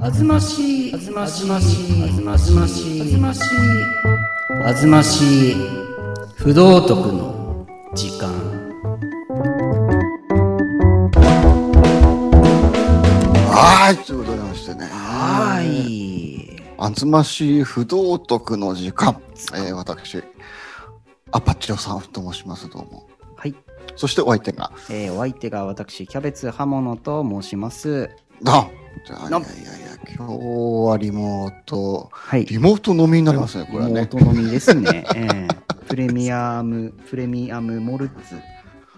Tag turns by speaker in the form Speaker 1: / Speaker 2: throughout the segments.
Speaker 1: あずましい、あずましい、あずましい、あずましい、あずましい、不道徳の時間。
Speaker 2: はい、ということでございましてね。
Speaker 1: はい。
Speaker 2: あずましい不道徳の時間。えー、私、アパッチロさんと申します、どうも。
Speaker 1: はい。
Speaker 2: そしてお相手が、
Speaker 1: えー、お相手が私、キャベツ刃物と申します。
Speaker 2: ドンじゃあ、い
Speaker 1: ド
Speaker 2: や
Speaker 1: ン
Speaker 2: いやいや、今日はリモート、
Speaker 1: はい。
Speaker 2: リモート飲みになりますね、これはね。
Speaker 1: 妹のみですね。えー、プレミアム、プレミアムモルツ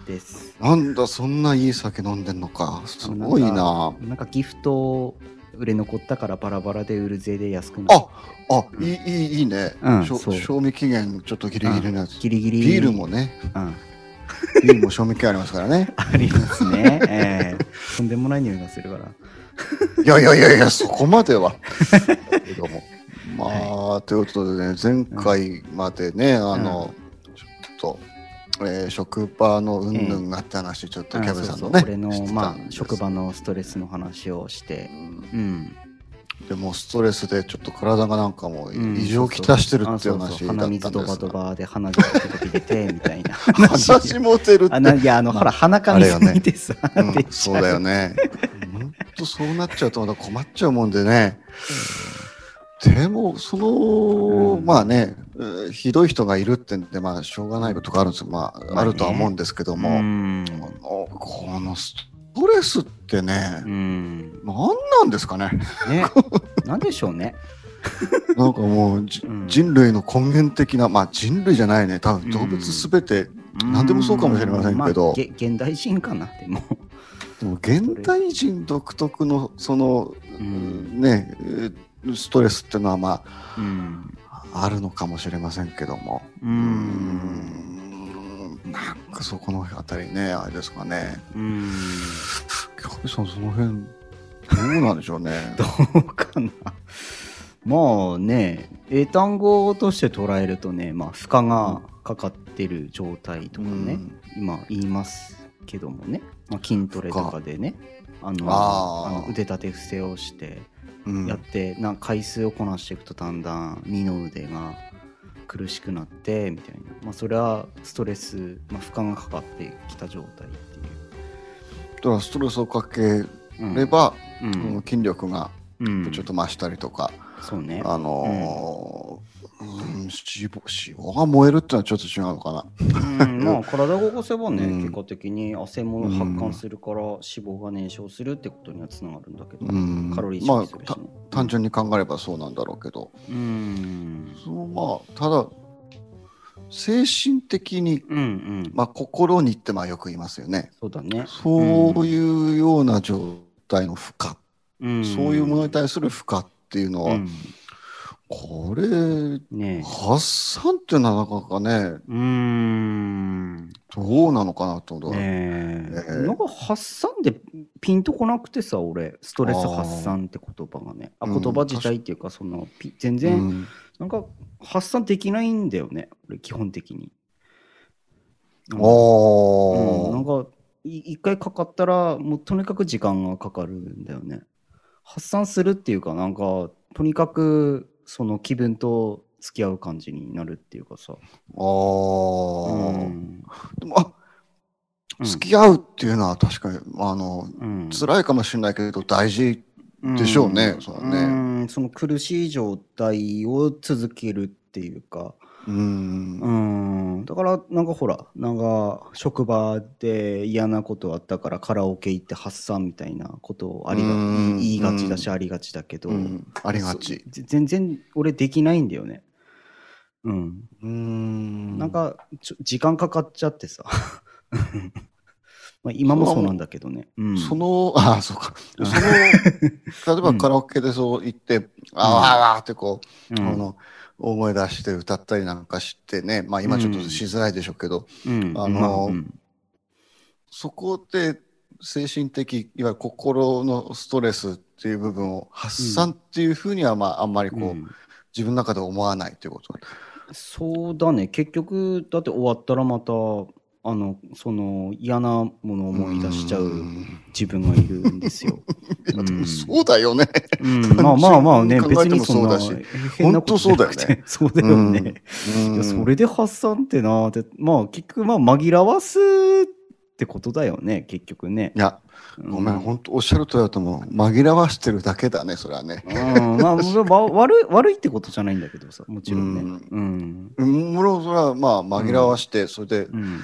Speaker 1: です。
Speaker 2: なんだ、そんないい酒飲んでんのか。すごいな。
Speaker 1: なんかギフト売れ残ったからバラバラで売る税で安くなる
Speaker 2: あ。あ、いい、いい、いいね。
Speaker 1: うん
Speaker 2: しょ
Speaker 1: そう
Speaker 2: 賞味期限ちょっとギリギリのやつ。
Speaker 1: ギリギリ。
Speaker 2: ビールも。ね、
Speaker 1: うん。。
Speaker 2: ビールも賞味期限ありますからね
Speaker 1: ありますね。え ー、とんでもない匂いがするから。
Speaker 2: いやいやいやいや、そこまで は。だけども。まあ、ということでね、前回までね、あの、ちょっと、えー職場のうんぬんがあって話、ちょっとキャベさんの
Speaker 1: あ
Speaker 2: ね、
Speaker 1: そうそう俺
Speaker 2: して
Speaker 1: の、
Speaker 2: た
Speaker 1: ま
Speaker 2: ん
Speaker 1: あ、
Speaker 2: です
Speaker 1: 職場のストレスの話をして
Speaker 2: う。ん
Speaker 1: うん。
Speaker 2: でもうストレスでちょっと体がなんかもう
Speaker 1: うん
Speaker 2: 異常をきたしてるってい
Speaker 1: あそ
Speaker 2: う
Speaker 1: うそ
Speaker 2: 話
Speaker 1: う
Speaker 2: だっ
Speaker 1: 鼻
Speaker 2: たんで
Speaker 1: 水
Speaker 2: す
Speaker 1: ドバド
Speaker 2: が
Speaker 1: バで鼻水が飛び出て、みたい な話。
Speaker 2: 話も出るって
Speaker 1: あな、いや、あの、
Speaker 2: まあ
Speaker 1: ほら、鼻かみすぎてさ、
Speaker 2: うん
Speaker 1: 出ち
Speaker 2: そ
Speaker 1: ゃ
Speaker 2: うだよ
Speaker 1: う。
Speaker 2: ね。本当そうなっちゃうとまた困っちゃうもんでね。でも、その、
Speaker 1: うん
Speaker 2: まあね、えーひどい人がいるってんで、まあ、しょうがないことがあるんですま
Speaker 1: あね
Speaker 2: あ、あるとは思うんですけども、
Speaker 1: うん。
Speaker 2: このこのストレスってね
Speaker 1: う、ん。
Speaker 2: 何なんですかね。
Speaker 1: ね。なんでしょうね。
Speaker 2: なんかもう、じ
Speaker 1: うん
Speaker 2: 人類の根源的な、まあ、人類じゃないね、多分動物すべて、何でもそうかもしれませんけど
Speaker 1: うあげ現代人かな、でも。
Speaker 2: でも現代人独特の、その、
Speaker 1: うん
Speaker 2: ね、えーストレスってのは、まあ、
Speaker 1: うん。
Speaker 2: あるのかもしれませんけども。
Speaker 1: う
Speaker 2: うー
Speaker 1: ん。
Speaker 2: ん。なんかそこのあたりね、あれですかね。
Speaker 1: うん。
Speaker 2: キャビさん、その辺、どうなんでしょう ね。
Speaker 1: どうかな。まあね、英単語として捉えるとね、まあ、負荷がかかってる状態とかね、
Speaker 2: うん
Speaker 1: 今言いますけどもね、まあ、筋トレとかでね、あの
Speaker 2: あー
Speaker 1: あの腕立て伏せをして
Speaker 2: うん
Speaker 1: やって、なんか回数をこなしていくとだんだん二の腕が苦しくなってみたいな、まあ、それはストレス、まあ、負荷がかかってきた状態って
Speaker 2: だからストレスをかけ
Speaker 1: いう。うん
Speaker 2: れば、
Speaker 1: うん
Speaker 2: うん筋力が
Speaker 1: うん
Speaker 2: ちょっと増したりとか、
Speaker 1: そうね。
Speaker 2: あのーうん脂肪脂肪が燃えるってのはちょっと違うのか
Speaker 1: う
Speaker 2: な。
Speaker 1: んまあ体を動かせばね、
Speaker 2: うん
Speaker 1: 結果的に汗も発汗するから脂肪が燃焼するってことにはつながるんだけど、
Speaker 2: うん
Speaker 1: カロリー消費するし、ね
Speaker 2: 単純に考えればそうなんだろうけど、
Speaker 1: うん
Speaker 2: そのまあただ精神的に、
Speaker 1: うんうん
Speaker 2: まあ、心にってまあよく言いますよね。
Speaker 1: そうだね、
Speaker 2: そういうような状態の負荷、
Speaker 1: うん
Speaker 2: そういうものに対する負荷っていうのは、
Speaker 1: うん
Speaker 2: これ、
Speaker 1: ね
Speaker 2: 発散っていうのはなかなかね、
Speaker 1: えうん
Speaker 2: どうなのかなと思う。
Speaker 1: ねえ
Speaker 2: ねえ
Speaker 1: なんか発散でピンとこなくてさ俺ストレス発散って言葉がねあ
Speaker 2: あー
Speaker 1: 言葉自体っていうかそのピ全
Speaker 2: う
Speaker 1: 然、
Speaker 2: ん、
Speaker 1: なんか発散できないんだよね俺基本的に。う
Speaker 2: あ
Speaker 1: ん、なん
Speaker 2: ー
Speaker 1: かい一回かかったらもうとにかく時間がかかるんだよね発散するっていうかなんかとにかくその気分と付き合う感じになるっていうかさ、
Speaker 2: あー、
Speaker 1: うん
Speaker 2: でもあ付き合うっていうのは確かに、まあ、あの
Speaker 1: うん
Speaker 2: 辛いかもしれないけど大事でしょうねそれはね
Speaker 1: うんその苦しい状態を続けるっていうか
Speaker 2: うん
Speaker 1: うんだからなんかほらなんか職場で嫌なことあったからカラオケ行って発散みたいなことありが
Speaker 2: うん
Speaker 1: 言いがちだしありがちだけど、
Speaker 2: うんありがち
Speaker 1: そうぜ全然俺できないんだよね。うん。
Speaker 2: うん
Speaker 1: なんか、ちょ時間かかっちゃってさ。 まあ今もそうなんだけどね。うん、
Speaker 2: その、ああ、そ うか。
Speaker 1: うん
Speaker 2: その、例え
Speaker 1: う
Speaker 2: ば
Speaker 1: ん
Speaker 2: カラオケでそう言って、あーあーあーってこ
Speaker 1: う
Speaker 2: う、
Speaker 1: ん、
Speaker 2: あの、大声出して歌ったりなんかしてね、まあ今ちょっとしづらいでしょうけど、
Speaker 1: うん、
Speaker 2: あの
Speaker 1: まうん
Speaker 2: そこで精神的、いわゆる心のストレスっていう部分を発散っていうふうには、まああんまりこう、
Speaker 1: うん
Speaker 2: 自分の中で思わないということ。
Speaker 1: そうだね。結局、だって終わったらまたあのその嫌なものを思い出しちゃ
Speaker 2: う
Speaker 1: うん自分がいるんですよ。
Speaker 2: いやで
Speaker 1: うん
Speaker 2: もそうだよね。
Speaker 1: うん、まあまあまあね、
Speaker 2: 単純に
Speaker 1: 別に
Speaker 2: 考えて
Speaker 1: そん
Speaker 2: も
Speaker 1: な
Speaker 2: そうだ
Speaker 1: 変なことじゃなくて。 そうだよね。
Speaker 2: うん
Speaker 1: いやそれで発散ってなって、まあ結局まあ紛らわすってことだよね、結局ね
Speaker 2: い。や、
Speaker 1: う
Speaker 2: ごめん、本当おっしゃるとりだと思う。紛らわしてるだけだね、それはね。
Speaker 1: うん、まあ、わ悪い悪いってことじゃないんだけどさ、もちろんね。うん。
Speaker 2: うん、もろそれはまあ紛らわして、それで
Speaker 1: うん。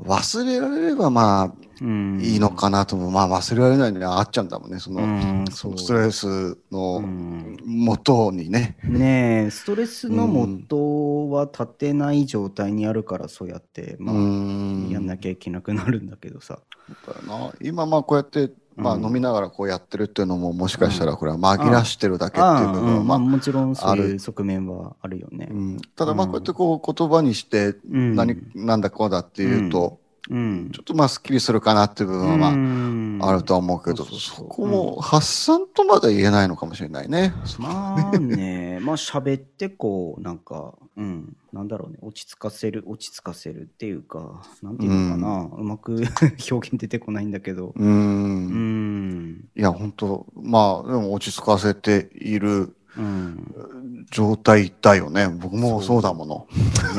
Speaker 2: 忘れられればま
Speaker 1: うん
Speaker 2: あいいの。かなとも、まあ忘れられないのにあっちゃうんだもんね、その、
Speaker 1: うん、
Speaker 2: そ
Speaker 1: そう
Speaker 2: のストレス
Speaker 1: う
Speaker 2: の
Speaker 1: ん
Speaker 2: 元にね。
Speaker 1: ねえ、ストレスの元は立てない状態にあるから、そうやって、
Speaker 2: う
Speaker 1: まあ、
Speaker 2: ん。
Speaker 1: やんなきゃいけなくなるんだけどさ。
Speaker 2: そうだよな今まあこうやって、まあ、
Speaker 1: うん
Speaker 2: 飲みながらこうやってるっていうのももしかしたらこれは紛らしてるだけっていう部分
Speaker 1: あ
Speaker 2: は
Speaker 1: あま
Speaker 2: ま
Speaker 1: あ、
Speaker 2: あ
Speaker 1: もちろんそう
Speaker 2: あ
Speaker 1: いう
Speaker 2: る
Speaker 1: 側面はあるよね
Speaker 2: う。んただまあこうやってこう言葉にして
Speaker 1: うん
Speaker 2: 何なんだこうだっていうと
Speaker 1: うん
Speaker 2: ちょっとまあすっきりするかなっていう部分はま
Speaker 1: うん
Speaker 2: ああるとは思うけど
Speaker 1: そうそうそ
Speaker 2: そうこも発散とまで言えないのかもしれないね。
Speaker 1: まあね、まあ喋ってこう、なんか、うん、なんだろうね、落ち着かせる、落ち着かせるっていうか、なんていうのかな、うまく 表現出てこないんだけど、
Speaker 2: う
Speaker 1: うんん、
Speaker 2: いや本当まあでも落ち着かせている
Speaker 1: うん、
Speaker 2: 状態だよね僕もそうだもの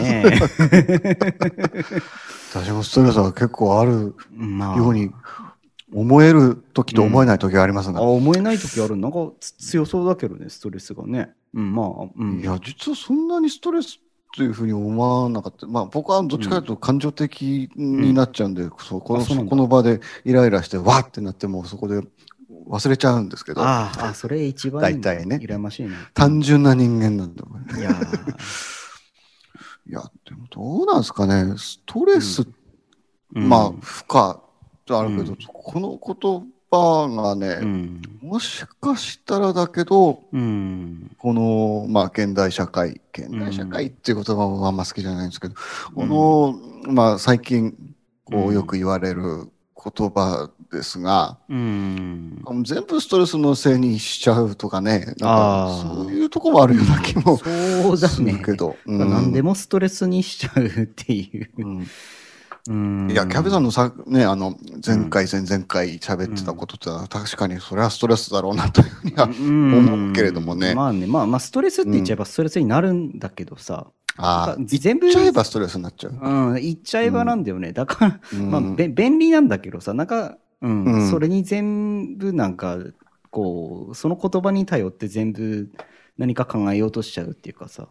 Speaker 1: ね
Speaker 2: 私もストレスは結構ある
Speaker 1: え、まあ、
Speaker 2: ように思える時と思えない時があります
Speaker 1: あ
Speaker 2: が、
Speaker 1: 思えない時ある、なんかつ強そうだけどね、ストレスがね。うん、まあ、うん。
Speaker 2: いや実はそんなにストレスというふうに思わなかった、まあ、僕はどっちかというと感情的になっちゃうんで、そうこ
Speaker 1: あ
Speaker 2: の
Speaker 1: そうなんだ
Speaker 2: この場でイライラしてわーってなってもそこで忘れちゃうんですけど
Speaker 1: あああ、それ一番いいな
Speaker 2: 大体ね
Speaker 1: 羨ましいね。
Speaker 2: 単純な人間なんだもんね
Speaker 1: いやー、
Speaker 2: いやでもどうなんですかねストレス、 まあ
Speaker 1: うん
Speaker 2: 負荷とあるけど、
Speaker 1: うん
Speaker 2: この言葉が
Speaker 1: う
Speaker 2: ね、
Speaker 1: ん、
Speaker 2: もしかしたらだけど
Speaker 1: うん、
Speaker 2: この、まあ、現代社会、現代社会っていう言葉はあんま好きじゃないんですけど、この、まあ、最近、
Speaker 1: う
Speaker 2: こ
Speaker 1: ん
Speaker 2: う、よく言われる言葉ですが、
Speaker 1: うん。
Speaker 2: 全部ストレスのせいにしちゃうとかね、なん
Speaker 1: あ
Speaker 2: か
Speaker 1: ー
Speaker 2: そういうとこもあるような気も
Speaker 1: そうだ
Speaker 2: す
Speaker 1: ね
Speaker 2: る。けど。うん
Speaker 1: 何でもストレスにしちゃうっていう
Speaker 2: う。ん
Speaker 1: うん
Speaker 2: いや、キャベさんのさ、ね、あの、前回、前々回喋ってたことってのは、確かにそれはストレスだろうなというふうには、思うけれどもね
Speaker 1: まあね、まあまあ、ストレスって言っちゃえばストレスになるんだけどさ。
Speaker 2: ああ、言っ
Speaker 1: 全部、
Speaker 2: ちゃえばストレスになっちゃう。
Speaker 1: うん、言っちゃえばなんだよね。だから、
Speaker 2: うん
Speaker 1: まあ、べ便利なんだけどさ、なんか、うん、
Speaker 2: うん
Speaker 1: それに全部なんか、こう、その言葉に頼って全部何か考えようとしちゃうっていうかさ。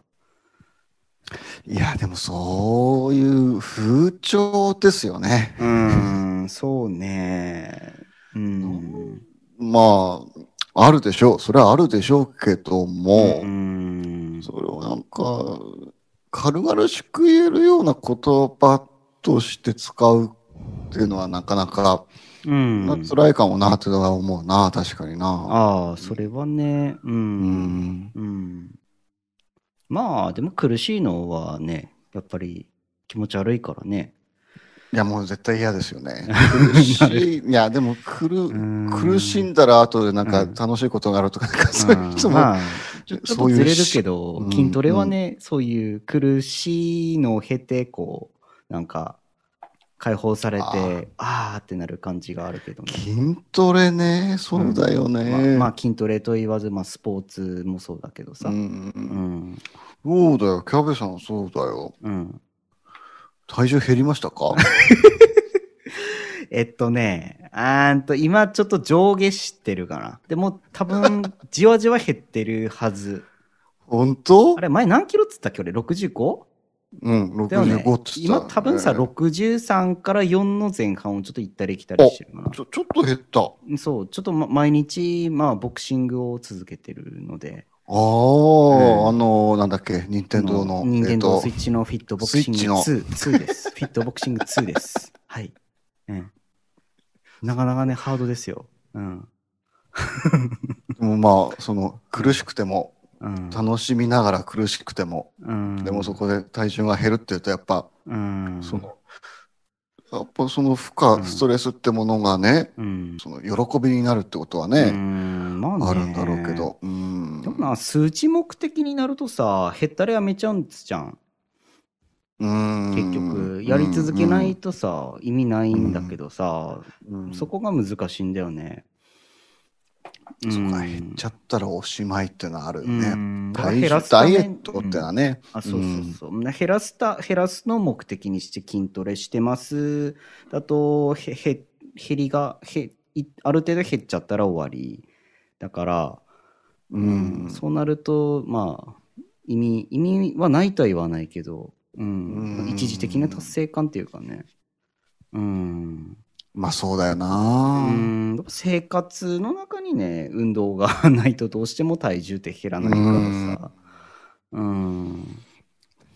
Speaker 2: いや、でもそういう風潮ですよね。
Speaker 1: うん、そうね。うん。
Speaker 2: まあ、あるでしょう。それはあるでしょうけども、
Speaker 1: ん
Speaker 2: それをなんか、軽々しく言えるような言葉として使うっていうのはなかなか、
Speaker 1: うん
Speaker 2: まあ、辛いかもなってのは思うな、確かにな。
Speaker 1: ああ、それはね、う。
Speaker 2: うんん。
Speaker 1: うん。まあ、でも苦しいのはね、やっぱり気持ち悪いからね。
Speaker 2: いや、もう絶対嫌です よね。苦しい。いや、でも苦、
Speaker 1: ん
Speaker 2: 苦しんだら後でなんか
Speaker 1: うん
Speaker 2: 楽しいことがあるとか、なんかそういう人
Speaker 1: ん
Speaker 2: も
Speaker 1: まあ、ちょちょっと
Speaker 2: そういう
Speaker 1: ずれるけど、
Speaker 2: うん
Speaker 1: 筋トレはね、そういう苦しいのを経て、こう、なんか、解放されて
Speaker 2: あー、
Speaker 1: あーってなる感じがあるけどね。
Speaker 2: 筋トレね、そうだよね。
Speaker 1: まあまあ、筋トレと言わず、まあ、スポーツもそうだけどさ。
Speaker 2: う、
Speaker 1: うんん。
Speaker 2: そうだよ、キャベさんそうだよ。
Speaker 1: うん。
Speaker 2: 体重減りました か
Speaker 1: えっとね、あーんと、今ちょっと上下してるかな。でも多 分、じわじわ減ってるはず。
Speaker 2: 本当
Speaker 1: あれ、前何キロっつったっけ俺、65?
Speaker 2: うん、65
Speaker 1: だよね
Speaker 2: っ。つった、
Speaker 1: 今多分さ、
Speaker 2: ね
Speaker 1: 63から4の前半をちょっと行ったり来たりしてるかな
Speaker 2: ち。ょ、ちょっと減った。あ
Speaker 1: そう、ちょっと、ま、毎日、まあ、ボクシングを続けてるので。
Speaker 2: あー、あの、なんだっけ、任天堂の、
Speaker 1: 任
Speaker 2: えっ
Speaker 1: 天堂
Speaker 2: と
Speaker 1: スイ、ッチのフィットボクシング
Speaker 2: スイッチの
Speaker 1: 2、2です。 フィットボクシング2です。はい。うん。なかなかね、ハードですよ。うん。
Speaker 2: もうまあ、その、苦しくても、
Speaker 1: うん。
Speaker 2: 楽しみながら苦しくても、
Speaker 1: うん
Speaker 2: でもそこで体重が減るっていうと、やっぱ、
Speaker 1: うん。
Speaker 2: その、やっぱその負荷、
Speaker 1: うん
Speaker 2: ストレスってものがね、
Speaker 1: うん。
Speaker 2: その、喜びになるってことは
Speaker 1: う
Speaker 2: ね、
Speaker 1: んまあね
Speaker 2: あるんだろうけ。ど、うん。
Speaker 1: でもな、数値目的になるとさ、減ったりやめちゃうんつじゃん。
Speaker 2: 結
Speaker 1: 結局やり続けない、とさ、意味ないんだけどさ、
Speaker 2: うんうん
Speaker 1: そこが難しいんだよね。
Speaker 2: そこ
Speaker 1: う
Speaker 2: が
Speaker 1: ん
Speaker 2: 減っちゃったらおしまいってのはあるよ
Speaker 1: う
Speaker 2: ね。
Speaker 1: ん
Speaker 2: 体
Speaker 1: 減
Speaker 2: 重
Speaker 1: らすた
Speaker 2: ダ
Speaker 1: め
Speaker 2: イエットってのはね、
Speaker 1: あそうそうそう、減らすた減らすのを目的にして筋トレしてますだとへへ減りがへいある程度減っちゃったら終わりだから、
Speaker 2: うん
Speaker 1: そうなるとまあ意味意味はないとは言わないけど、うん
Speaker 2: うん
Speaker 1: 一時的な達成感っていうかねうん、
Speaker 2: まあそうだよ
Speaker 1: う
Speaker 2: な。
Speaker 1: ん、やっぱ生活の中にね運動が ないとどうしても体重って減らないからさうん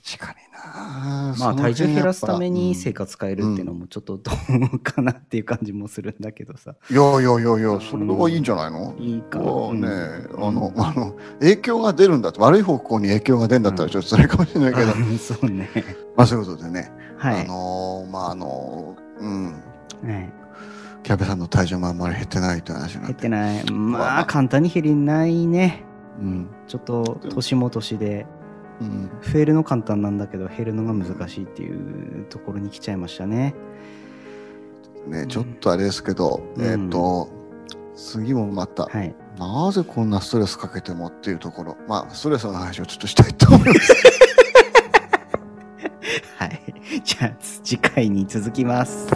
Speaker 2: 確かにな。
Speaker 1: まあ体重減らすために生
Speaker 2: 活。
Speaker 1: 活変えるっていうのもちょっとどうかなっていう感じもするんだけどさ、
Speaker 2: いやいやいやいや、それはいいんじゃないの
Speaker 1: いいかな。
Speaker 2: こうね、
Speaker 1: うん
Speaker 2: あ の、あの、影響が出るんだって、悪い方向に影響が出るんだったらちょっとそれかもしれないけど、
Speaker 1: あ そうね。
Speaker 2: まあそういうことでね、
Speaker 1: は
Speaker 2: あ
Speaker 1: い。
Speaker 2: のーまああのーうん、
Speaker 1: はい
Speaker 2: キャベさんの体重もあんまり減ってないって話にな
Speaker 1: 減
Speaker 2: っ。
Speaker 1: っててない。まあ簡単に減りないね。
Speaker 2: うん。
Speaker 1: ちょっと年も年で
Speaker 2: うん
Speaker 1: 増えるの簡単なんだけど減るのが難しいっていうところに来ちゃいましたね。
Speaker 2: ね、ちょっとあれですけど、
Speaker 1: うん
Speaker 2: えっ、と、次もまた、
Speaker 1: はい。
Speaker 2: なぜこんなストレスかけてもっていうところ、まあ、ストレスの話をちょっとしたいと思います。
Speaker 1: はい。じゃあ次回に続きます。